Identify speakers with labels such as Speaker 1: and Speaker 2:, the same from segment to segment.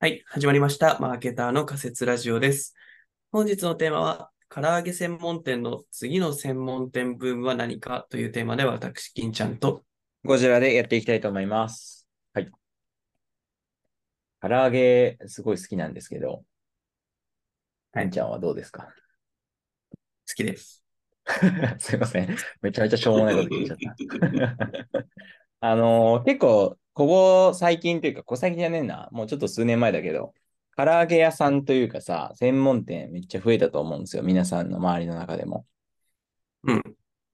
Speaker 1: はい、始まりました。マーケターの仮説ラジオです。本日のテーマは、唐揚げ専門店の次の専門店ブームは何かというテーマで、私、金ちゃんと。
Speaker 2: ゴジラでやっていきたいと思います。はい。唐揚げ、すごい好きなんですけど、
Speaker 1: は
Speaker 2: あん
Speaker 1: い、
Speaker 2: ちゃんはどうですか
Speaker 1: 好きです。
Speaker 2: すいません。めちゃめちゃしょうもないこと聞いちゃった。 あのー結構、ここ最近というか、ここ最近じゃねえな。もうちょっと数年前だけど、唐揚げ屋さんというかさ、専門店めっちゃ増えたと思うんですよ。皆さんの周りの中でも。
Speaker 1: うん。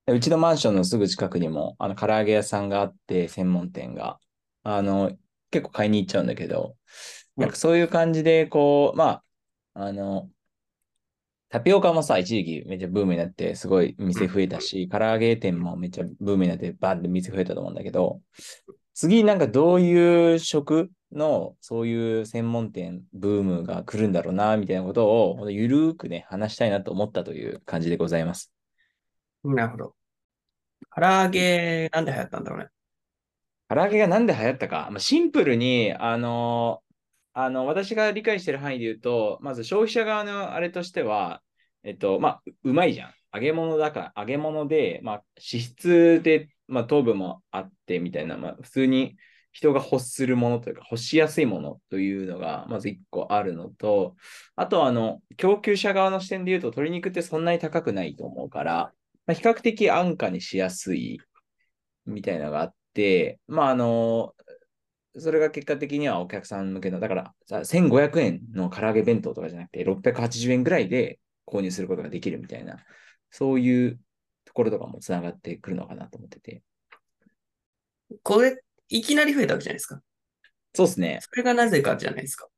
Speaker 2: でうちのマンションのすぐ近くにも、あの、唐揚げ屋さんがあって、専門店が。あの、結構買いに行っちゃうんだけど、
Speaker 1: う
Speaker 2: なんか
Speaker 1: ん。
Speaker 2: そういう感じで、こう、まあ、あの、タピオカもさ、一時期めっちゃブームになって、すごい店増えたし、唐揚げ店もめっちゃブームになって、バンって店増えたと思うんだけど、次なんかどういう食の、そういう専門店ブームが来るんだろうな、みたいなことを、ほんとゆるーくね、話したいなと思ったという感じでございます。
Speaker 1: うんなるほど。唐揚げ、なんで流行ったんだろうね。
Speaker 2: 唐揚げがなんで流行ったか、まあ、シンプルに、あのあの、私が理解してる範囲で言うと、まず消費者側のあれとしては、えっと、まあ、ううまいじゃん。揚げ物だから、揚げ物で、まあ、脂質で、まあ、糖分もあってみたいな、まあ、普通に人が欲するものというか、欲しやすいものというのが、まず一個あるのと、あとは、あの、供給者側の視点で言うと、鶏肉ってそんなに高くないと思うから、まあ、比較的安価にしやすい。みたいなのがあって、まあ、あの、それが結果的にはお客さん向けの、だからさ、1500円の唐揚げ弁当とかじゃなくて、680円ぐらいで購入することができるみたいな、そういうところとかもつながってくるのかなと思ってて。
Speaker 1: これ、いきなり増えたわけじゃないですか。
Speaker 2: そうですね。
Speaker 1: それがなぜかじゃないですか。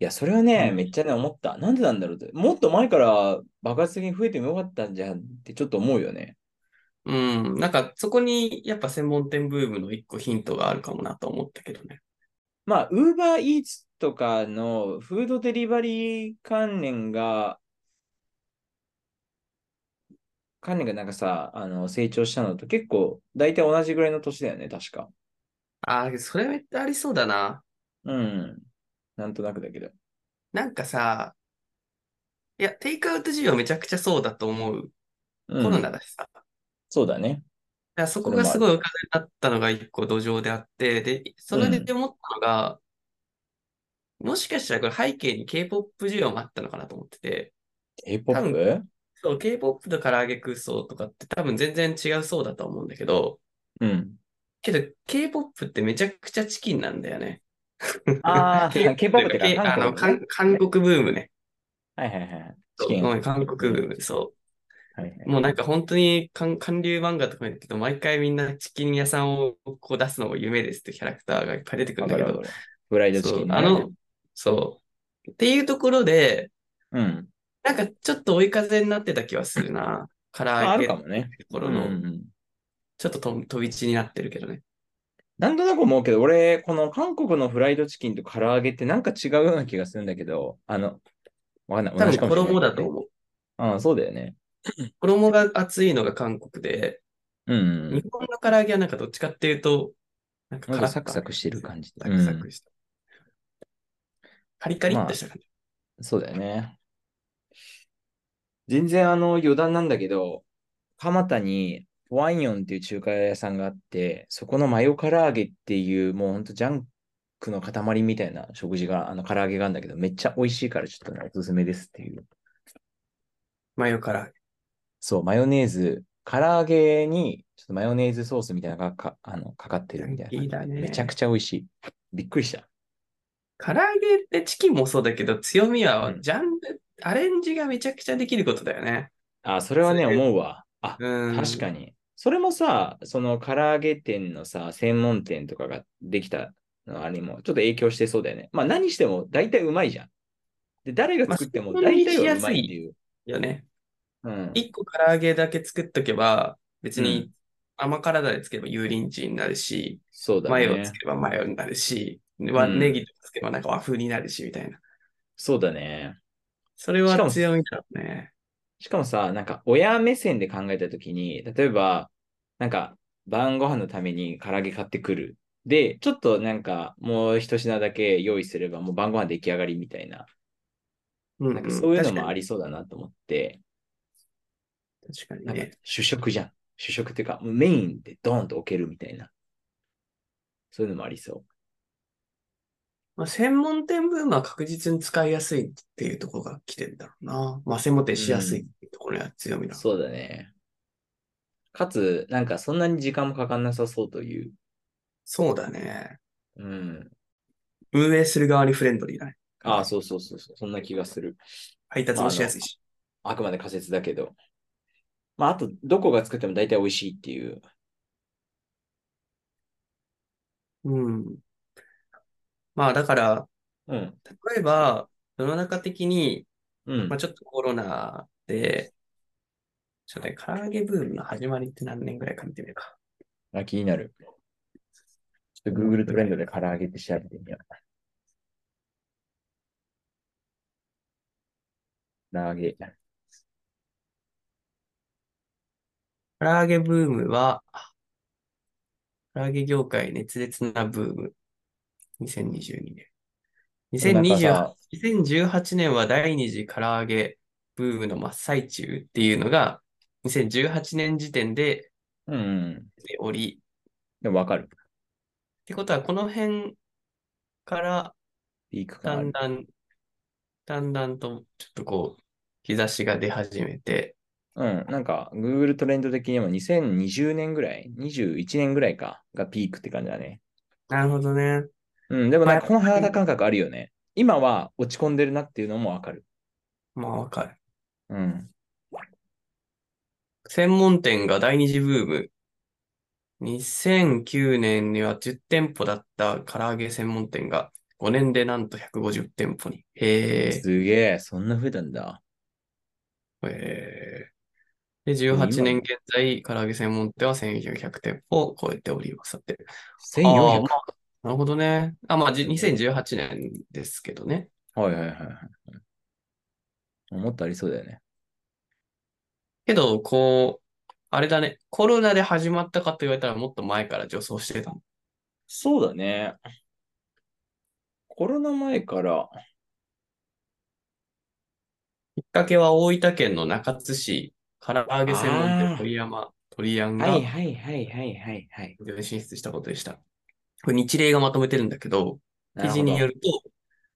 Speaker 2: いや、それは
Speaker 1: う
Speaker 2: ね、
Speaker 1: ん。
Speaker 2: めっちゃね、思った。なんでなんだろうって。もっと前から爆発的に増えてもよかったんじゃんってちょっと思うよね。
Speaker 1: うん。なんか、そこに、やっぱ専門店ブームの一個ヒントがあるかもなと思ったけどね。
Speaker 2: まあ、ウーバーイーツとかのフードデリバリー関連が、関連がなんかさ、あの、成長したのと結構、大体同じぐらいの年だよね、確か。
Speaker 1: ああ、それめっちゃありそうだな。
Speaker 2: うん。なんとなくだけど。
Speaker 1: なんかさ、いや、テイクアウト需要めちゃくちゃそうだと思う。
Speaker 2: う
Speaker 1: コロナ
Speaker 2: ん。
Speaker 1: だしさ。だか
Speaker 2: そうだね。
Speaker 1: らそ
Speaker 2: そ
Speaker 1: こ
Speaker 2: れ
Speaker 1: が
Speaker 2: もあ
Speaker 1: すごい
Speaker 2: る。
Speaker 1: 浮かびになったのが一個土壌であって、で、そうれ
Speaker 2: ん。
Speaker 1: で思ったのが、もしかしたらこれ背景に K-POP 需要もあったのかなと思ってて、多分、
Speaker 2: K-POP?
Speaker 1: そう、K-POP と唐揚げ空想とかって多分全然違うそうだと思うんだけど、
Speaker 2: うん。
Speaker 1: けど K-POP ってめちゃくちゃチキンなんだよね。
Speaker 2: あ あ、
Speaker 1: K-POP という
Speaker 2: K-POP っ
Speaker 1: か、
Speaker 2: て
Speaker 1: K、
Speaker 2: か、韓
Speaker 1: あの、
Speaker 2: 国
Speaker 1: 韓
Speaker 2: のね。
Speaker 1: 韓
Speaker 2: はい
Speaker 1: 国ブームね。
Speaker 2: はいはいはい。チ
Speaker 1: そう、
Speaker 2: キ
Speaker 1: ご
Speaker 2: ン。
Speaker 1: めん、韓国
Speaker 2: う
Speaker 1: ブ
Speaker 2: ん。
Speaker 1: ーム、そう。
Speaker 2: はいはい
Speaker 1: もう
Speaker 2: は
Speaker 1: なん
Speaker 2: い。
Speaker 1: か本当に韓韓流漫画とか見るけど、毎回みんなチキン屋さんをこう出すのも夢ですってキャラクターがいっぱい出てくるん
Speaker 2: わ
Speaker 1: だ
Speaker 2: か
Speaker 1: け
Speaker 2: るわ
Speaker 1: ど、
Speaker 2: かる。フライドチ
Speaker 1: そ
Speaker 2: キ
Speaker 1: う、
Speaker 2: ン
Speaker 1: あ
Speaker 2: ね。
Speaker 1: の、そう。っていうところで、
Speaker 2: うん。
Speaker 1: なんかちょっと追い風になってた気はするな。唐
Speaker 2: ま
Speaker 1: 揚
Speaker 2: あ、あ
Speaker 1: げ
Speaker 2: る
Speaker 1: っ
Speaker 2: か
Speaker 1: て
Speaker 2: もね。
Speaker 1: とこ
Speaker 2: う
Speaker 1: ろ
Speaker 2: んう
Speaker 1: の、
Speaker 2: んうん。
Speaker 1: ちょっと飛飛び地になってるけどね。
Speaker 2: なんとなく思うけど、俺、この韓国のフライドチキンと唐揚げってなんか違うような気がするんだけど、あの、わかんない。
Speaker 1: 多
Speaker 2: 同じ
Speaker 1: 分
Speaker 2: かもしれない
Speaker 1: 衣
Speaker 2: け
Speaker 1: だ
Speaker 2: ど
Speaker 1: と
Speaker 2: ね。
Speaker 1: 思う。
Speaker 2: うん、そうだよね。
Speaker 1: 衣が厚いのが韓国で、
Speaker 2: うんうんう
Speaker 1: 日
Speaker 2: ん。
Speaker 1: 本の唐揚げはなんかどっちかっていうと、なんか
Speaker 2: なん
Speaker 1: カ
Speaker 2: か
Speaker 1: ラッと揚
Speaker 2: サクサ
Speaker 1: げ
Speaker 2: ク
Speaker 1: る
Speaker 2: して
Speaker 1: 感
Speaker 2: る
Speaker 1: じ。
Speaker 2: 感じで。
Speaker 1: サク
Speaker 2: う
Speaker 1: サク
Speaker 2: ん。
Speaker 1: した。カリカリっ
Speaker 2: ま
Speaker 1: と
Speaker 2: あ、
Speaker 1: した感じ。
Speaker 2: そうだよね。全然あの余談なんだけど、蒲田にホワイヨンっていう中華屋さんがあって、そこのマヨ唐揚げっていうもうほんとジャンクの塊みたいな食事が、あの唐揚げがあるんだけど、めっちゃ美味しいからちょっとね、おすすめですっていう。
Speaker 1: マヨ唐揚げ。
Speaker 2: そう、マヨネーズ、唐揚げにちょっとマヨネーズソースみたいなのがか、あの、かかって
Speaker 1: いや
Speaker 2: るみたいない
Speaker 1: い
Speaker 2: 感じ
Speaker 1: だ
Speaker 2: で、めちゃく
Speaker 1: ね。
Speaker 2: ちゃ美味しい。びっくりした。
Speaker 1: 唐揚げってチキンもそうだけど、強み
Speaker 2: う
Speaker 1: は
Speaker 2: ん。
Speaker 1: ジャンル、アレンジがめちゃくちゃできることだよね。
Speaker 2: あ、それ
Speaker 1: そ
Speaker 2: は
Speaker 1: れ
Speaker 2: ね、
Speaker 1: で、
Speaker 2: 思うわ。あ、
Speaker 1: う
Speaker 2: 確か
Speaker 1: ん、
Speaker 2: に。それもさ、その唐揚げ店のさ、専門店とかができたのあれも、ちょっと影響してそうだよね。まあ何しても大体うまいじゃん。で、誰が
Speaker 1: まあ、
Speaker 2: 作っ
Speaker 1: 参
Speaker 2: ても
Speaker 1: 考
Speaker 2: 大
Speaker 1: に
Speaker 2: 体
Speaker 1: し
Speaker 2: はう
Speaker 1: や
Speaker 2: ますいって
Speaker 1: い
Speaker 2: いう。
Speaker 1: よね。
Speaker 2: うん。
Speaker 1: 一個唐揚げだけ作っとけば、別
Speaker 2: うん。
Speaker 1: に甘辛だれつけば油淋鶏になるし、
Speaker 2: そうだ
Speaker 1: マヨをつ
Speaker 2: ね。
Speaker 1: ければマヨになるし、
Speaker 2: う
Speaker 1: わネ
Speaker 2: ん。
Speaker 1: ギとかつけばなんか和風になるし、みたいな。
Speaker 2: そうだね。
Speaker 1: それ
Speaker 2: し
Speaker 1: は
Speaker 2: かも、
Speaker 1: 強みだね。
Speaker 2: しかもさ、なんか親目線で考えたときに、例えば、なんか晩ご飯のために唐揚げ買ってくる。で、ちょっとなんか、もう一品だけ用意すれば、もう晩ご飯出来上がりみたいな、
Speaker 1: うん
Speaker 2: なんかそういうのもあ
Speaker 1: り。
Speaker 2: りそうだなと思って、
Speaker 1: 確かに
Speaker 2: なんか
Speaker 1: ね。
Speaker 2: 主食じゃん。主食っていうか、もうメインでドーンと置けるみたいな。そういうのもありそ
Speaker 1: まあ、専門店ブームは確実に使いやすいっていうところが来てんだろうな。まあ、専門店しやすいっていうところが強み
Speaker 2: う。
Speaker 1: だ。
Speaker 2: そうだね。かつ、なんかそんなに時間もかかんなさそうという。
Speaker 1: そうだね。
Speaker 2: うん。
Speaker 1: 運営する側にフレンドリーだね。
Speaker 2: ああ、そうそうそうそう。そんな気がする。
Speaker 1: 配達もしやすいし。
Speaker 2: あくまで仮説だけど。まあ、あと、どこが作っても大体美味しいっていう。
Speaker 1: うん。まあ、だから、
Speaker 2: うん。
Speaker 1: 例えば、世の中的に、
Speaker 2: うん。
Speaker 1: まあ、ちょっとコロナで、ちょっとね、唐揚げブームの始まりって何年ぐらいか見てみるか。
Speaker 2: あ、気になる。ちょっと Google トレンドで唐揚げって調べてみよう。唐揚げ。
Speaker 1: 唐揚げブームは、唐揚げ業界熱烈なブーム。2022年。2028 2018年は第二次唐揚げブームの真っ最中っていうのが、2018年時点で
Speaker 2: うんうん。
Speaker 1: 出ており、
Speaker 2: でもわか
Speaker 1: っ
Speaker 2: る。
Speaker 1: てことはこの辺から
Speaker 2: ピーク感
Speaker 1: だ
Speaker 2: あ
Speaker 1: ん
Speaker 2: る。
Speaker 1: だん、だんだんとちょっとこう、日差しが出始めて、
Speaker 2: うん。なんか、Google トレンド的にも2020年ぐらい ?21 年ぐらいかがピークって感じだね。
Speaker 1: なるほどね。
Speaker 2: うん。でもなん
Speaker 1: ま
Speaker 2: か、
Speaker 1: あ
Speaker 2: この肌感覚あるよね。今は落ち込んでるなっていうのもわかる。
Speaker 1: まあわかる。
Speaker 2: うん。
Speaker 1: 専門店が第二次ブーム。2009年には10店舗だった唐揚げ専門店が5年でなんと150店舗に。へえ。
Speaker 2: すげえ、そんな増えたんだ。
Speaker 1: えーで、18年現在、唐揚げ専門店は1400店舗を超えております。だって。ああ、
Speaker 2: 1400
Speaker 1: ま。あ、なるほどね。あ、まあ、じ2018年ですけどね。
Speaker 2: はいはいはいはいはい。もっとありそうだよね。
Speaker 1: けど、こう、あれだね。コロナで始まったかと言われたらもっと前から助走してたの。
Speaker 2: そうだね。コロナ前から、
Speaker 1: きっかけは大分県の中津市、唐揚げ専門店鳥山、鳥やんが
Speaker 2: はいはいはいはいはいはい。
Speaker 1: 業界進出したことでした。これ日例がまとめてるんだけど、記事によ
Speaker 2: る
Speaker 1: ると、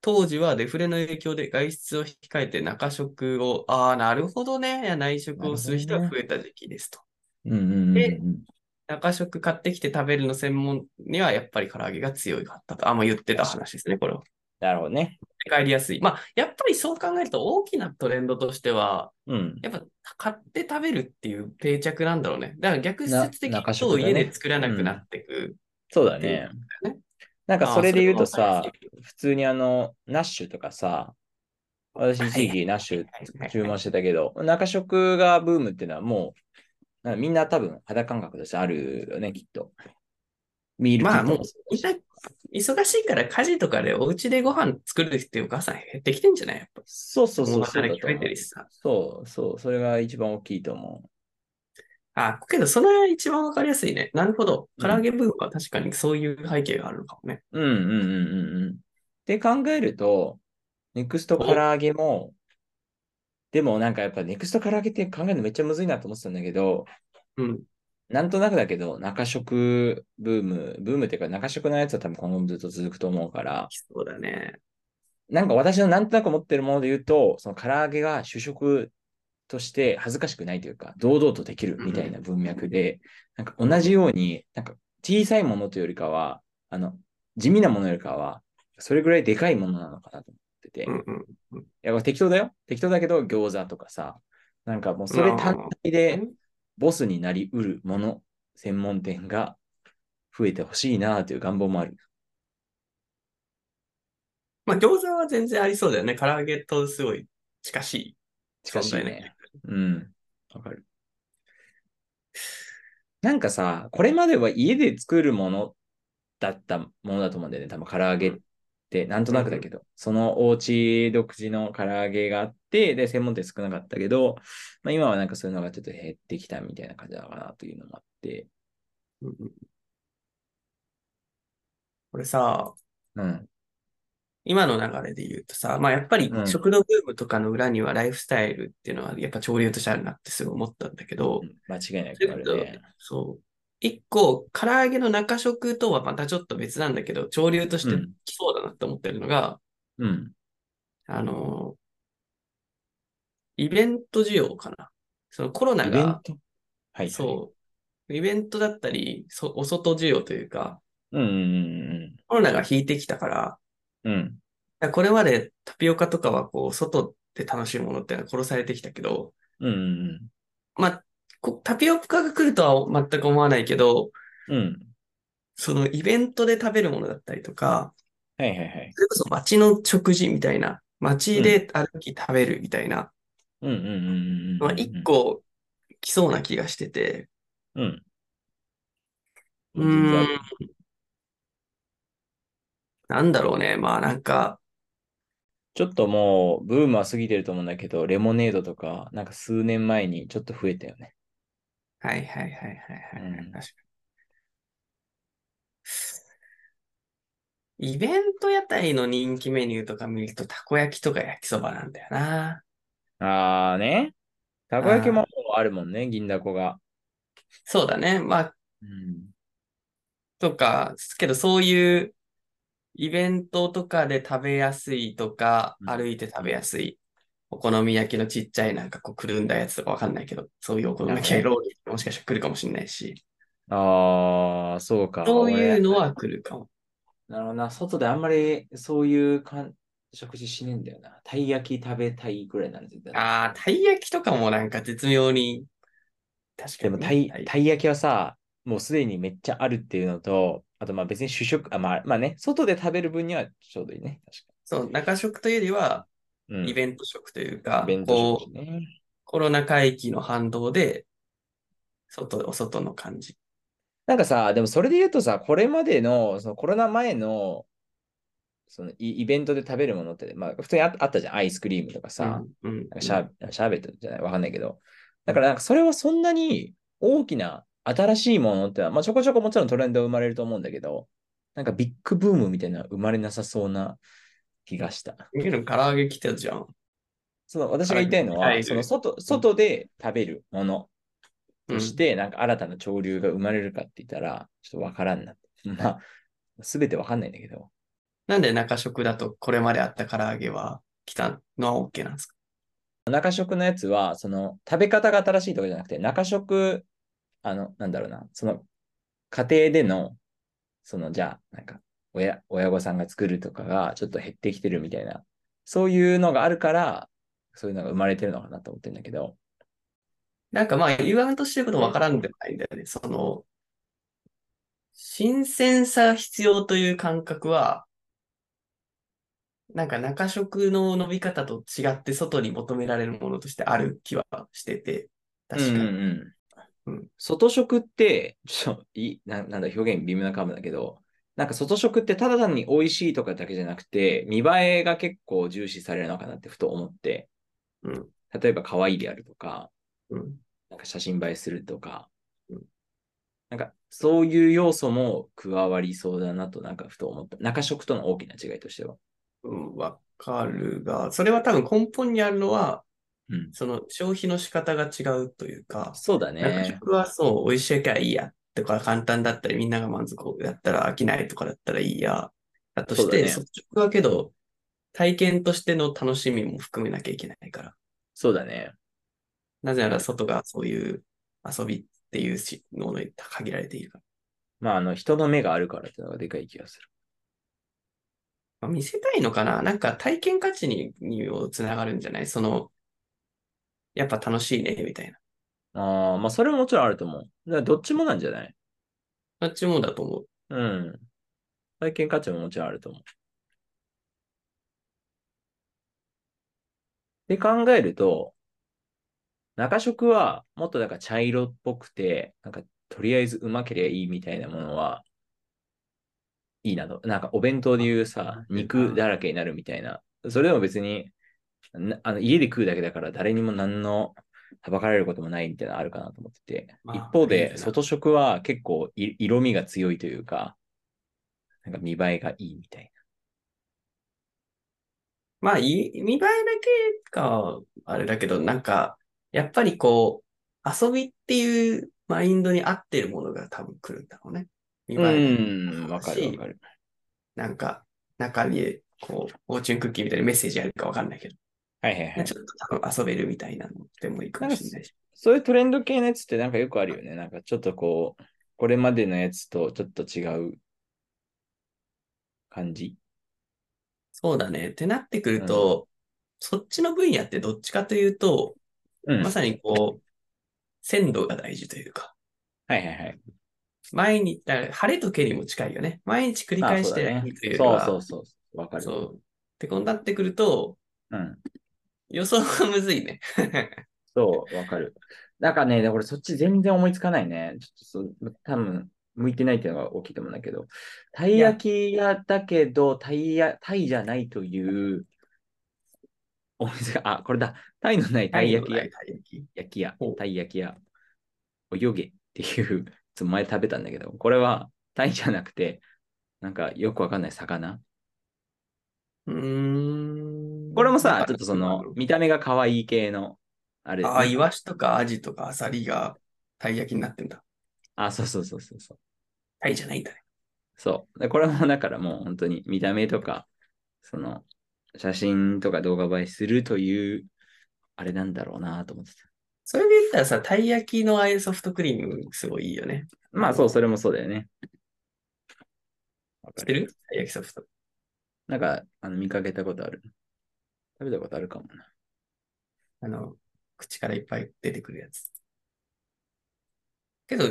Speaker 1: 当時はデフレの影響で外出を控えて中食を、ああ、なるほどね。いや内食をする人が増えた時期ですと。
Speaker 2: ほど。うんうんうん
Speaker 1: で
Speaker 2: うん。
Speaker 1: 中食買ってきて食べるの専門にはやっぱり唐揚げが強かったと。あ、まあ言ってた話ですね、これは。
Speaker 2: なるほどね。
Speaker 1: 帰りやすい。まあ、やっぱりそう考えると大きなトレンドとしては、
Speaker 2: うん。
Speaker 1: やっぱ買って食べるっていう定着なんだろうね。だから逆説的
Speaker 2: な中
Speaker 1: に
Speaker 2: 食だ
Speaker 1: と
Speaker 2: ね
Speaker 1: 家で作らなくなっていく。
Speaker 2: そうだね
Speaker 1: だよね。
Speaker 2: なんか
Speaker 1: あー
Speaker 2: それで言うとさ
Speaker 1: それもわかり、
Speaker 2: 普通にあの、ナッシュとかさ、私一時期ナッシュ注文してたけど、中食がブームっていうのはもう、なんかみんな多分肌感覚としてあるよね、きっと。ミールキッ
Speaker 1: ま
Speaker 2: ト
Speaker 1: あ
Speaker 2: も
Speaker 1: もう、みんな忙しいから家事とかでお家でご飯作るっていうお母さん減ってきてんじゃないやっぱ。
Speaker 2: そうそうそう。
Speaker 1: もう
Speaker 2: そうだと
Speaker 1: 働
Speaker 2: 思
Speaker 1: き増えてるしさ。
Speaker 2: そうそう、それが一番大きいと思
Speaker 1: あ、けどそれは一番わかりやすいね。なるほど。
Speaker 2: うん
Speaker 1: 唐揚げブームは確かにそういう背景があるのかもね。
Speaker 2: う。うんうんうんうんうん。で考えると、ネクスト唐揚げも、でもなんかやっぱネクスト唐揚げって考えるのめっちゃむずいなと思ってたんだけど、
Speaker 1: うん。
Speaker 2: なんとなくだけど、中食ブーム、ブームっていうか中食のやつは多分今後もずっと続くと思うから、
Speaker 1: そうだね。
Speaker 2: なんか私のなんとなく思ってるもので言うと、その唐揚げが主食として恥ずかしくないというか、堂々とできるみたいな文脈で、なんか同じように、なんか小さいものというよりかは、あの、地味なものよりかは、それぐらいでかいものなのかなと思ってて。
Speaker 1: うんうん。
Speaker 2: いや、適当だよ。適当だけど、餃子とかさ、なんかもうそれ単体で
Speaker 1: うん
Speaker 2: ボスになりうるもの、専門店が増えてほしいなという願望もある。
Speaker 1: まあ餃子は全然ありそうだよね。唐揚げとすごい近しい。
Speaker 2: 近し
Speaker 1: 存
Speaker 2: い
Speaker 1: 在
Speaker 2: ね
Speaker 1: ね。
Speaker 2: うん。わかる。なんかさ、これまでは家で作るものだったものだと思うんだよね。多分唐揚げって、なんとなくだけど、そのお家独自の唐揚げがあって、で、専門店少なかったけど、まあ、今はなんかそういうのがちょっと減ってきたみたいな感じなのかなというのもあって、
Speaker 1: うんうんこれさ、
Speaker 2: うん。
Speaker 1: 今の流れで言うとさ、まあやっぱり
Speaker 2: うん
Speaker 1: 食のブームとかの裏にはライフスタイルっていうのはやっぱ潮流としてあるなってすごい思ったんだけど、
Speaker 2: うん間違いな
Speaker 1: そうい
Speaker 2: く
Speaker 1: う
Speaker 2: あ
Speaker 1: こ
Speaker 2: る
Speaker 1: と
Speaker 2: ね。
Speaker 1: そう。一個、唐揚げの中食とはまたちょっと別なんだけど、潮流とし
Speaker 2: う
Speaker 1: て
Speaker 2: ん。
Speaker 1: きそうだなって思ってるのが、
Speaker 2: うん。
Speaker 1: あの、イベント需要かな。そのコロナ
Speaker 2: イベ
Speaker 1: が
Speaker 2: ン、トはいはい。
Speaker 1: そう、イベントだったり、そお外需要というか、
Speaker 2: うんうん
Speaker 1: コロナが引いてきたから、だか
Speaker 2: うんうん。うん。
Speaker 1: らこれまでタピオカとかはこう、外で楽しむものってのは殺されてきたけど、
Speaker 2: うんうん
Speaker 1: まあ、こタピオカが来るとは全く思わないけど、
Speaker 2: うん。うん。
Speaker 1: そのイベントで食べるものだったりとか、
Speaker 2: はいはいはい。
Speaker 1: それこそ街の食事みたいな、街で歩き食べるみたいな、
Speaker 2: うんうんうんうんうん
Speaker 1: まあ、
Speaker 2: うん。
Speaker 1: 一個来そうな気がしてて、
Speaker 2: うん。
Speaker 1: う
Speaker 2: 全然
Speaker 1: ーん
Speaker 2: ある。、
Speaker 1: なんだろうね。まあなんか、
Speaker 2: ちょっともう、ブームは過ぎてると思うんだけど、レモネードとか、なんか数年前にちょっと増えたよね。
Speaker 1: はいはいはいはいはいはい。
Speaker 2: うん
Speaker 1: 確かにイベント屋台の人気メニューとか見ると、たこ焼きとか焼きそばなんだよな。
Speaker 2: あーね。たこ焼きももうあるもんね、銀だこが。
Speaker 1: そうだね。まあ、
Speaker 2: うん。
Speaker 1: とか、けどそういうイベントとかで食べやすいとか、
Speaker 2: うん
Speaker 1: 歩いて食べやすい、お好み焼きのちっちゃいなんかこうくるんだやつとかわかんないけど、そういうお好み焼き
Speaker 2: な
Speaker 1: や
Speaker 2: る
Speaker 1: ロールもしかしたら来るかもしれないし、
Speaker 2: ああ、そうか。
Speaker 1: そういう
Speaker 2: 俺
Speaker 1: のは来るかも。
Speaker 2: なるほどな。外であんまりそういうかん食事しねえんだよな。たい焼き食べたいぐらいなんだよ
Speaker 1: あ
Speaker 2: な。
Speaker 1: あ、たい焼きとかもなんか絶妙に、確か
Speaker 2: でも
Speaker 1: に
Speaker 2: た
Speaker 1: ね。
Speaker 2: い
Speaker 1: た、い
Speaker 2: たい焼きはさ、もうすでにめっちゃあるっていうのと、あとまあ別に主食、あまあ、まあね、外で食べる分にはちょうどいいね。確か
Speaker 1: そう、中食というよりは、
Speaker 2: に。うん。
Speaker 1: イベント食というか、
Speaker 2: イベント
Speaker 1: こ
Speaker 2: 食
Speaker 1: う、
Speaker 2: 事ね。
Speaker 1: コロナ回帰の反動で、外、お外の感じ。
Speaker 2: なんかさ、でもそれで言うとさ、これまでの、そのコロナ前の、そのイイベントで食べるものって、まあ普通にああったじゃん。アイスクリームとか
Speaker 1: う
Speaker 2: さ。
Speaker 1: ん、うん、うん
Speaker 2: なんかシャーシャーベットじゃないわかんないけど。だからなんかそれはそんなに大きな新しいものってのは、まあちょこちょこもちろんトレンドは生まれると思うんだけど、なんかビッグブームみたいなのは生まれなさそうな気がした。
Speaker 1: 見るの唐揚げ来てるじゃん。
Speaker 2: その私が言いたいの
Speaker 1: は
Speaker 2: は、
Speaker 1: い
Speaker 2: その外外で食べるもの
Speaker 1: うん
Speaker 2: として、なんか新たな潮流が生まれるかって言ったら、ちょっとわからんな。まあ、すべてわかんないんだけど。
Speaker 1: なんで中食だとこれまであった唐揚げは来たのは OK なんですか
Speaker 2: 中食のやつは、その食べ方が新しいとかじゃなくて、中食、あの、なんだろうな、その家庭での、その、じゃあ、なんか、親、親御さんが作るとかがちょっと減ってきてるみたいな、そういうのがあるから、そういうのが生まれてるのかなと思ってるんだけど、
Speaker 1: なんかまあ言わんとしてることわからんでもないんだよね。その、新鮮さ必要という感覚は、なんか中食の伸び方と違って外に求められるものとしてある気はしてて、確か
Speaker 2: うんう
Speaker 1: に。
Speaker 2: んうん
Speaker 1: うん
Speaker 2: 外食って、ちょっといいな、なんだ、表現微妙なかもだけど、なんか外食ってただ単に美味しいとかだけじゃなくて、見栄えが結構重視されるのかなってふと思って、
Speaker 1: うん。
Speaker 2: 例えば可愛いであるとか、
Speaker 1: うん。
Speaker 2: なんか写真映えするとか
Speaker 1: うん、
Speaker 2: なんかそういう要素も加わりそうだなとなんかふと思った。中食との大きな違いとしては。
Speaker 1: うんわかるが、それは多分根本にあるのは、
Speaker 2: うん、
Speaker 1: その消費の仕方が違うというか、
Speaker 2: そうだ
Speaker 1: 中
Speaker 2: ね。
Speaker 1: 食はそう、美味しいきゃいいやとか、簡単だったり、みんなが満足だったら飽きないとかだったらいいや。だとし
Speaker 2: そうだ
Speaker 1: て、
Speaker 2: ね
Speaker 1: そっちはけど、体験としての楽しみも含めなきゃいけないから。
Speaker 2: そうだね。
Speaker 1: なぜなら外がそういう遊びっていうしものに限られているから。
Speaker 2: まあ、あの、人の目があるからっていうのがでかい気がする。
Speaker 1: まあ、見せたいのかななんか体験価値に、にもつながるんじゃないその、やっぱ楽しいね、みたいな。
Speaker 2: ああ、まあ、それももちろんあると思う。だからどっちもなんじゃない
Speaker 1: どっちもだと思う。
Speaker 2: うん。体験価値ももちろんあると思う。で考えると、中食はもっとなんか茶色っぽくて、なんかとりあえずうまけりゃいいみたいなものは、いいなと。なんかお弁当でいうさ、
Speaker 1: うん
Speaker 2: 肉だらけになるみたいな。それでも別に、なあの家で食うだけだから誰にも何のはばかられることもないみたいなのあるかなと思ってて。
Speaker 1: まあ
Speaker 2: 一
Speaker 1: い
Speaker 2: 方
Speaker 1: いよ
Speaker 2: で、
Speaker 1: な
Speaker 2: 外食は結構い色味が強いというか、なんか見栄えがいいみたい
Speaker 1: まあ、い見栄えだけか、あれだけど、なんか、やっぱりこう、遊びっていうマインドに合ってるものが多分来るんだろうね。見
Speaker 2: な。う
Speaker 1: 栄え。
Speaker 2: ん、わかるわかる。
Speaker 1: なんか、中に、こう、フォーチュンクッキーみたいなメッセージあるかわかんないけど、
Speaker 2: はいはいはい。
Speaker 1: ちょっと多分遊べるみたいなのでもいいかもしれないし。
Speaker 2: そういうトレンド系のやつってなんかよくあるよね。なんかちょっとこう、これまでのやつとちょっと違う感じ。
Speaker 1: そうだね。ってなってくると、そっちの分野ってどっちかというと、
Speaker 2: うん。
Speaker 1: ま
Speaker 2: はい
Speaker 1: さにこう、鮮度が大事というか、
Speaker 2: はいはい。
Speaker 1: 毎日、だから晴れとけにも近いよね。毎日繰り
Speaker 2: まあ
Speaker 1: 返して
Speaker 2: そうだ
Speaker 1: い
Speaker 2: ね
Speaker 1: いという
Speaker 2: そう
Speaker 1: か、
Speaker 2: そうそう。わかる。
Speaker 1: そう。ってこうなってくると、
Speaker 2: うん。
Speaker 1: 予想がむずいね。
Speaker 2: そう、わかる。なんかね、俺そっち全然思いつかないね。ちょっとそう、多分向いてないっていうのが大きいと思うんだけど。たい焼き屋だけど、たいや、たいじゃないという、お店が、あ、これだ。たいのないたい焼き屋
Speaker 1: 太。陽系
Speaker 2: 焼き屋
Speaker 1: お、
Speaker 2: たい焼き屋、泳げっていう、つ前食べたんだけど、これはタイじゃなくて、なんかよくわかんない魚。
Speaker 1: うーん。
Speaker 2: これも
Speaker 1: や
Speaker 2: さ
Speaker 1: ぱ、
Speaker 2: ちょっとその、見た目が可愛い系の、あれ、
Speaker 1: ああ、イワシとかアジとかアサリがたい焼きになってんだ。
Speaker 2: あ、そうそうそうそうそう。
Speaker 1: たいじゃないんだね。
Speaker 2: そう。でこれもだからもう本当に見た目とか、その、写真とか動画映えするという、あれなんだろうなと思ってた。
Speaker 1: それで言ったらさ、たい焼きのああいうソフトクリームすごいいいよね。
Speaker 2: まあそう、それもそうだよね。わ
Speaker 1: 知
Speaker 2: か
Speaker 1: ってるたい焼きソフト。
Speaker 2: なんか、あの見かけたことある。食べたことあるかもな。
Speaker 1: あの、口からいっぱい出てくるやつ。けど、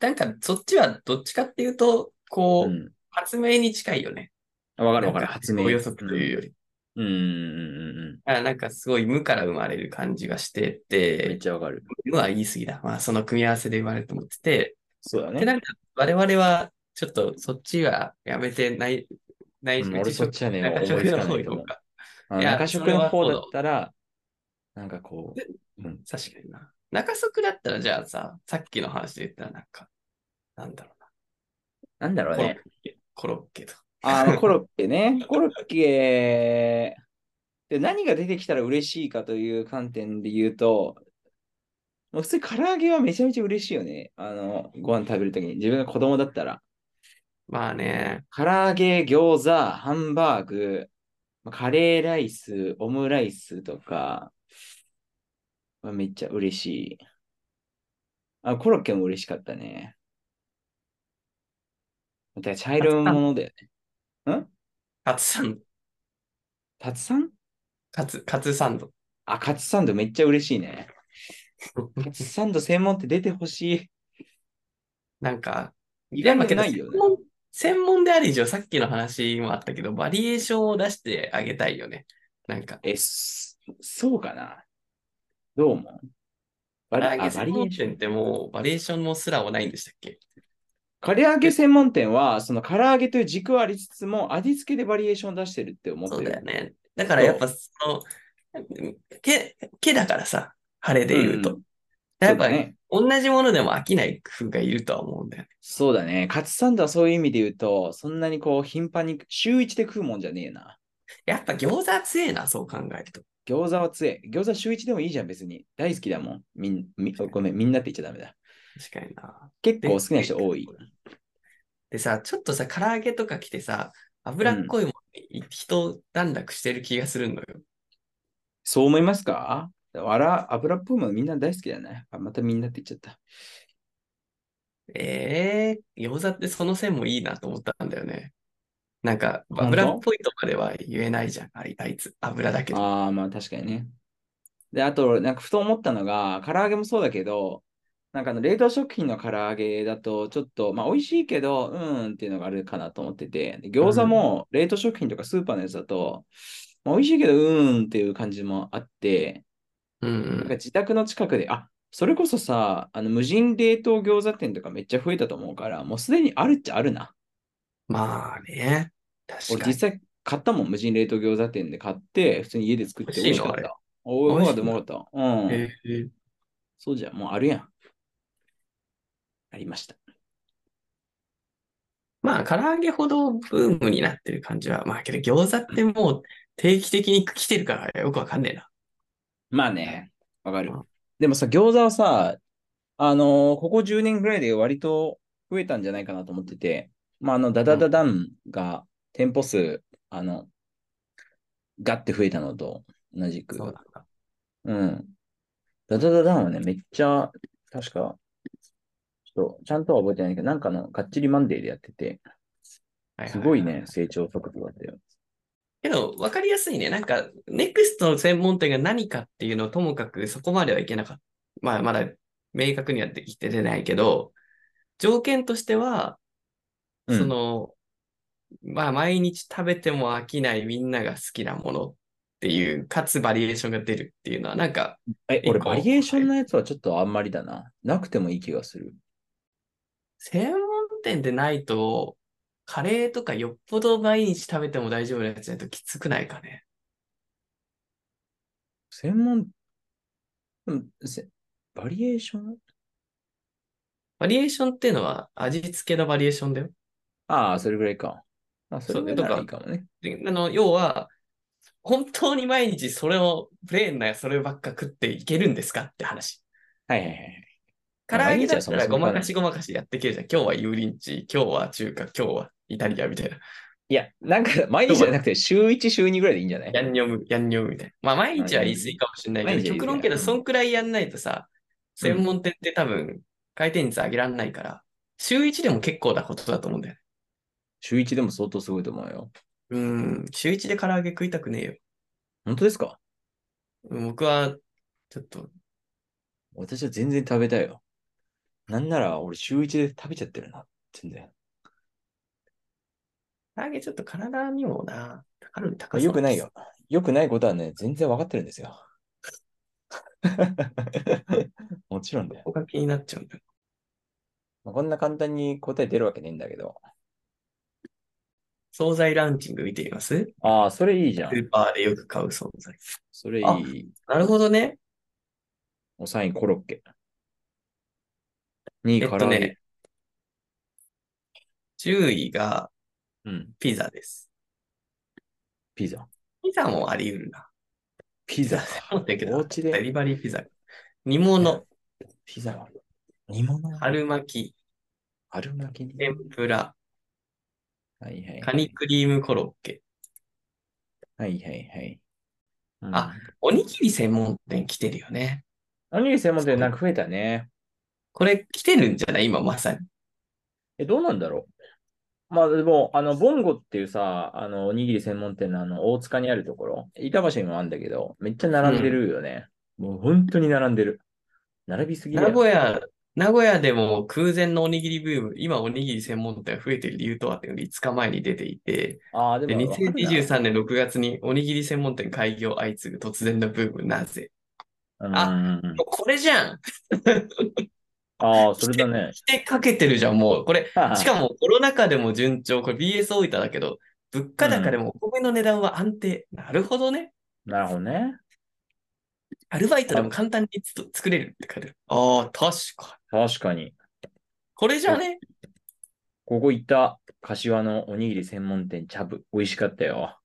Speaker 1: なんかそっちはどっちかっていうと、こう、
Speaker 2: うん。
Speaker 1: 発明に近いよね。
Speaker 2: わかるわか
Speaker 1: なんか
Speaker 2: る。発明。
Speaker 1: お予測というより。
Speaker 2: うんうんうんうん。
Speaker 1: あなんかすごい無から生まれる感じがして、
Speaker 2: めってちゃわかる。
Speaker 1: 無は言い過ぎだ。まあその組み合わせで生まれると思ってて、
Speaker 2: そうだ
Speaker 1: で、
Speaker 2: ね。
Speaker 1: なんか我々はちょっとそっちはやめてない、ない
Speaker 2: うん俺そっちはね
Speaker 1: 中
Speaker 2: 思
Speaker 1: 食
Speaker 2: いつか
Speaker 1: の
Speaker 2: な
Speaker 1: 方
Speaker 2: いと
Speaker 1: 行こ
Speaker 2: 思 う
Speaker 1: うか。
Speaker 2: あの
Speaker 1: いや
Speaker 2: 中食の方だったら、なんかこ
Speaker 1: で
Speaker 2: う、うん、
Speaker 1: 確かにな。中足だったらじゃあさ、さっきの話で言ったらなんか、なんだろ
Speaker 2: なんだろ
Speaker 1: うコ
Speaker 2: う
Speaker 1: ロッ
Speaker 2: ね。
Speaker 1: ケ、コロッケと。
Speaker 2: あのコロッケね。コロッケで何が出てきたら嬉しいかという観点で言うと、もう普通に唐揚げはめちゃめちゃ嬉しいよね。あの、ご飯食べるときに。自分が子供だったら。
Speaker 1: まあね、
Speaker 2: 唐揚げ、餃子、ハンバーグ、まあカレーライス、オムライスとか、まあめっちゃ嬉しい。あ、コロッケも嬉しかったね。だから茶色いものだよね。ん
Speaker 1: カツサンド、
Speaker 2: カツサン
Speaker 1: カツ、カツサンド。
Speaker 2: あ、カツサンドめっちゃ嬉しいね。カツサンド専門って出てほし
Speaker 1: なんか、
Speaker 2: い。意
Speaker 1: や
Speaker 2: 外
Speaker 1: っぱ
Speaker 2: と
Speaker 1: けど専
Speaker 2: ないよね。
Speaker 1: 門、専門である以上、さっきの話もあったけど、バリエーションを出してあげたいよね。なんか、
Speaker 2: え、そそうかな。どうも。バ
Speaker 1: 唐揚
Speaker 2: リ
Speaker 1: げ
Speaker 2: あ、バ
Speaker 1: 専
Speaker 2: リエ
Speaker 1: 門
Speaker 2: ーション。
Speaker 1: 店ってもう、バリエーションもすらもないんでしたっけ
Speaker 2: 唐揚げ専門店は、その唐揚げという軸はありつつも、味付けでバリエーション出してるって思って
Speaker 1: そう
Speaker 2: る。
Speaker 1: だよね。だからやっぱ、その、け、けだからさ、晴れで言うと。
Speaker 2: ん
Speaker 1: やっぱ、
Speaker 2: そうだね。
Speaker 1: 同じものでも飽きない工夫がいるとは思うんだよね。
Speaker 2: そうだね。カツサンドはそういう意味で言うと、そんなにこう、頻繁に、週一で食うもんじゃねえな。
Speaker 1: やっぱ餃子強えな、そう考えると。
Speaker 2: 餃子は強い。餃子週一でもいいじゃん、別に。大好きだもん。みん、み、ごめん、みんなって言っちゃダメだ。
Speaker 1: 確かにな。
Speaker 2: 結構好きな人多い。
Speaker 1: でさ、ちょっとさ、唐揚げとか来てさ、脂っこいものに人段落してる気がするのよ。
Speaker 2: そう思いますかあら、油っぽいものみんな大好きだね。あ、またみんなって言っちゃった。
Speaker 1: ええ餃子ってその線もいいなと思ったんだよね。なんか、
Speaker 2: 本当
Speaker 1: 油っぽいとまでは言えないじゃん、あいあいつ。油だけど。
Speaker 2: ああ、まあ確かにね。で、あと、なんかふと思ったのが、唐揚げもそうだけど、なんかあの冷凍食品の唐揚げだと、ちょっと、まあ美味しいけど、うーんっていうのがあるかなと思ってて、で餃子も冷凍食品とかスーパーのやつだと、まあ、美味しいけど、うーんっていう感じもあって、
Speaker 1: うんう
Speaker 2: なんか
Speaker 1: ん。
Speaker 2: 自宅の近くで、あ、それこそさ、あの無人冷凍餃子店とかめっちゃ増えたと思うから、もうすでにあるっちゃあるな。
Speaker 1: まあね。確
Speaker 2: 俺
Speaker 1: か
Speaker 2: 実
Speaker 1: に。
Speaker 2: 際買ったもん、無人冷凍餃子店で買って、普通に家で作って美
Speaker 1: 美
Speaker 2: 味
Speaker 1: 味し
Speaker 2: し
Speaker 1: い
Speaker 2: か
Speaker 1: のあ
Speaker 2: っ
Speaker 1: れ
Speaker 2: た。おお、うまかった、
Speaker 1: 美味しい
Speaker 2: う
Speaker 1: んだ
Speaker 2: まかった。うん。
Speaker 1: ええ
Speaker 2: そうじゃん、もうあるやん。ありました。
Speaker 1: まあ、唐揚げほどブームになってる感じは、まあ、けど餃子ってもう定期的に来てるからよくわかんねえな。
Speaker 2: まあね、わかる
Speaker 1: うん。
Speaker 2: でもさ、餃子はさ、あのーここ10年ぐらいで割と増えたんじゃないかなと思ってて、まあ、あの、ダダダダンが店舗数、あの、ガッて増えたのと同じく。
Speaker 1: そうなんだ。
Speaker 2: うん。ダダダダンはね、めっちゃ、確か、ちょっと、ちゃんとは覚えてないけど、なんかの、がっちりマンデーでやってて、
Speaker 1: はは
Speaker 2: すごいね、。成長速度だったよ。
Speaker 1: けど、わかりやすいね。なんか、ネクストの専門店が何かっていうのをともかくそこまではいけなかった。まあ、まだ明確にはできてないけど、条件としては、
Speaker 2: うん
Speaker 1: その、まあ、毎日食べても飽きないみんなが好きなものっていう、かつバリエーションが出るっていうのは、なんか、
Speaker 2: え、俺、
Speaker 1: 一個
Speaker 2: バリエーションのやつはちょっとあんまりだな。なくてもいい気がする。
Speaker 1: 専門店でないと、カレーとかよっぽど毎日食べても大丈夫なやつだときつくないかね。
Speaker 2: 専門、うん、せバリエーション
Speaker 1: バリエーションっていうのは味付けのバリエーションだよ。
Speaker 2: ああ、それぐらいか。あ、それぐらいならいいかもね。
Speaker 1: であの、要は、本当に毎日それを、プレーンなそればっか食っていけるんですかって話。
Speaker 2: はいはいはい。
Speaker 1: 唐揚げだっ
Speaker 2: そ
Speaker 1: た
Speaker 2: も
Speaker 1: ら
Speaker 2: そも
Speaker 1: ご
Speaker 2: か
Speaker 1: ま
Speaker 2: ら
Speaker 1: かしごまかしやっていけるじゃん。今日は油淋鶏、今日は中華、今日はイタリアみたいな。
Speaker 2: いや、なんか、毎日じゃなくて、週1、週2ぐらいでいいんじゃない
Speaker 1: ヤンニョム、ヤンニョムみたいな。まあ毎日は言い過ぎかもしれないけ
Speaker 2: 毎
Speaker 1: ど、
Speaker 2: 日は言い過
Speaker 1: 極
Speaker 2: ぎ
Speaker 1: 論けど、
Speaker 2: うん
Speaker 1: そんくらいやんないとさ、専門店って多分、回転率上げらんないから、週1でも結構なことだと思うんだよね。
Speaker 2: 週1でも相当すごいと思うよ。
Speaker 1: うん、週1で唐揚げ食いたくねえよ。
Speaker 2: 本当ですか
Speaker 1: うん僕は、ちょっと、
Speaker 2: 私は全然食べたいよ。なんなら、俺、週1で食べちゃってるな。全然。
Speaker 1: 唐揚げちょっと体にもな、カロリー高
Speaker 2: まあ
Speaker 1: そう
Speaker 2: よくないよ。。よくないことはね、全然わかってるんです よ。もちろんだよ。
Speaker 1: ここが気になっちゃうんだよ。
Speaker 2: まあこんな簡単に答え出るわけねえんだけど。
Speaker 1: 惣菜ランキング見てみます
Speaker 2: ああ、それいいじゃ
Speaker 1: ス
Speaker 2: ん。
Speaker 1: ーパーでよく買う惣菜。
Speaker 2: それい
Speaker 1: あ
Speaker 2: い。
Speaker 1: なるほどね。
Speaker 2: お3位コロッケ。2位
Speaker 1: えっ
Speaker 2: 唐
Speaker 1: と
Speaker 2: 揚げ。
Speaker 1: ね、10位が
Speaker 2: うん。
Speaker 1: ピザです。
Speaker 2: ピザ。
Speaker 1: ピザもあり得るな。
Speaker 2: ピザ。
Speaker 1: 思ったけ
Speaker 2: お
Speaker 1: ど、
Speaker 2: 家
Speaker 1: デ
Speaker 2: で
Speaker 1: リバリーピザ。煮物、
Speaker 2: ピザは煮物
Speaker 1: 春巻き、
Speaker 2: 春巻きね。
Speaker 1: 天ぷら、
Speaker 2: はいはい。
Speaker 1: カニクリームコロッケ。
Speaker 2: はいはいはい。うん
Speaker 1: あ、おにぎり専門店来てるよね。
Speaker 2: おにぎり専門店なんか増えたね。
Speaker 1: これ来てるんじゃない今まさに。
Speaker 2: え、どうなんだろうまあでも、あの、ボンゴっていうさ、あの、おにぎり専門店のあの、大塚にあるところ、板橋にもあるんだけど、めっちゃ並んでるよね。もう本当に並んでる。並びすぎだよ
Speaker 1: 名古屋、名古屋でも空前のおにぎりブーム、今おにぎり専門店が増えてる理由とはっていうの5日前に出ていて、
Speaker 2: ああ、で
Speaker 1: で、
Speaker 2: もわかるな、
Speaker 1: 2023年6月におにぎり専門店開業相次ぐ突然のブーム、なぜ
Speaker 2: うんうんうん、
Speaker 1: これじゃん
Speaker 2: ああ、それだね。
Speaker 1: 来てかけてるじゃん、もう。これ、しかもコロナ禍でも順調、これ BS 大分だけど、物価高でもお米の値段は安定。なるほどね。
Speaker 2: なるほどね。
Speaker 1: アルバイトでも簡単につ作れるって書いてある。ああ、確かに。
Speaker 2: 確かに。
Speaker 1: これじゃね
Speaker 2: ここ行った、柏のおにぎり専門店、チャブ。美味しかったよ。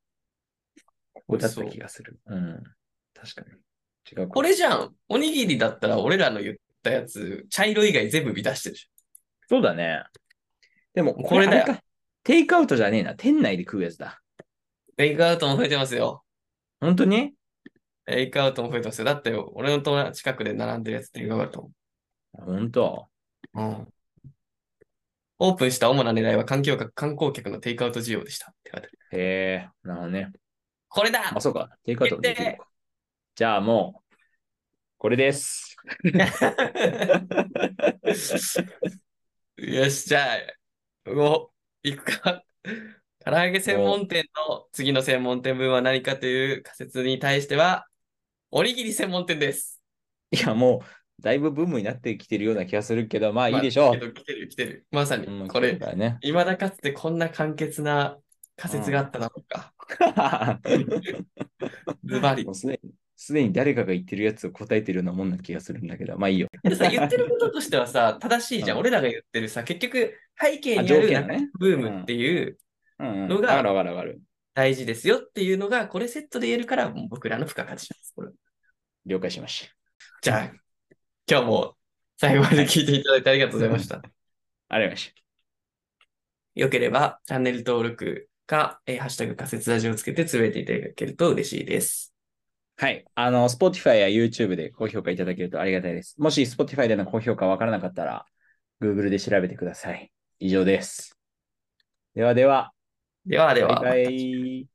Speaker 2: ここだった気がする。うん。確かに。違うか
Speaker 1: これじゃん。おにぎりだったら俺らの言ったやつ、茶色以外全部見出してるじ
Speaker 2: そうだね。でも、
Speaker 1: これだよ
Speaker 2: あか。テイクアウトじゃねえな。店内で食うやつだ。
Speaker 1: ゃん。テイクアウトも増えてますよ。
Speaker 2: 本当に
Speaker 1: テイクアウトも増えてますよ。だってよ、俺の友達近くで並んでるやつテイクアウト。
Speaker 2: 本当。
Speaker 1: うん。オープンした主な狙いは環境客、観光客のテイクアウト需要でした。って書いてある
Speaker 2: へえ、なるほどね。
Speaker 1: これだ
Speaker 2: あ、そうか。テイクアウトもできるか。じゃあもう、これです。
Speaker 1: よし、じゃあ、お、行くか。唐揚げ専門店の次の専門店分は何かという仮説に対しては、おにぎり専門店です。
Speaker 2: いや、もう、だいぶブームになってきてるような気がするけど、まあいいでし
Speaker 1: ま
Speaker 2: ょ
Speaker 1: あ
Speaker 2: う
Speaker 1: け。ど来てる来てる。まさ
Speaker 2: うん
Speaker 1: に、これ、
Speaker 2: だね。
Speaker 1: いまだかつてこんな簡潔 な仮説があっただろうか。ズバリ
Speaker 2: もうすでに、すでに誰かが言ってるやつを答えてるようなもんな気がするんだけど、まあいいよ。
Speaker 1: でさ、言ってることとしては さ、正しいじゃん。
Speaker 2: うん
Speaker 1: 俺らが言ってるさ、結局、背景
Speaker 2: あ
Speaker 1: にあ
Speaker 2: 条
Speaker 1: る
Speaker 2: 件
Speaker 1: なん
Speaker 2: だ
Speaker 1: か
Speaker 2: ね。
Speaker 1: ブームっていう、
Speaker 2: うん、うん。
Speaker 1: の
Speaker 2: わ
Speaker 1: が
Speaker 2: かるわかるわかる。
Speaker 1: 大事ですよっていうのが、これセットで言えるから、もう僕らの付加価値なんです。これ
Speaker 2: 了解しました。
Speaker 1: じゃあ、今日も最後まで聞いていただいてありがとうございました。
Speaker 2: ありがとうございました。
Speaker 1: よければ、チャンネル登録か、えーハッシュタグ仮説ラジオをつけてつぶやいていただけると嬉しいです。
Speaker 2: はい。あの、Spotify や YouTube で高評価いただけるとありがたいです。もし Spotify での高評価わからなかったら、Google で調べてください。以上です。ではでは、
Speaker 1: ではでは。
Speaker 2: バイバイ。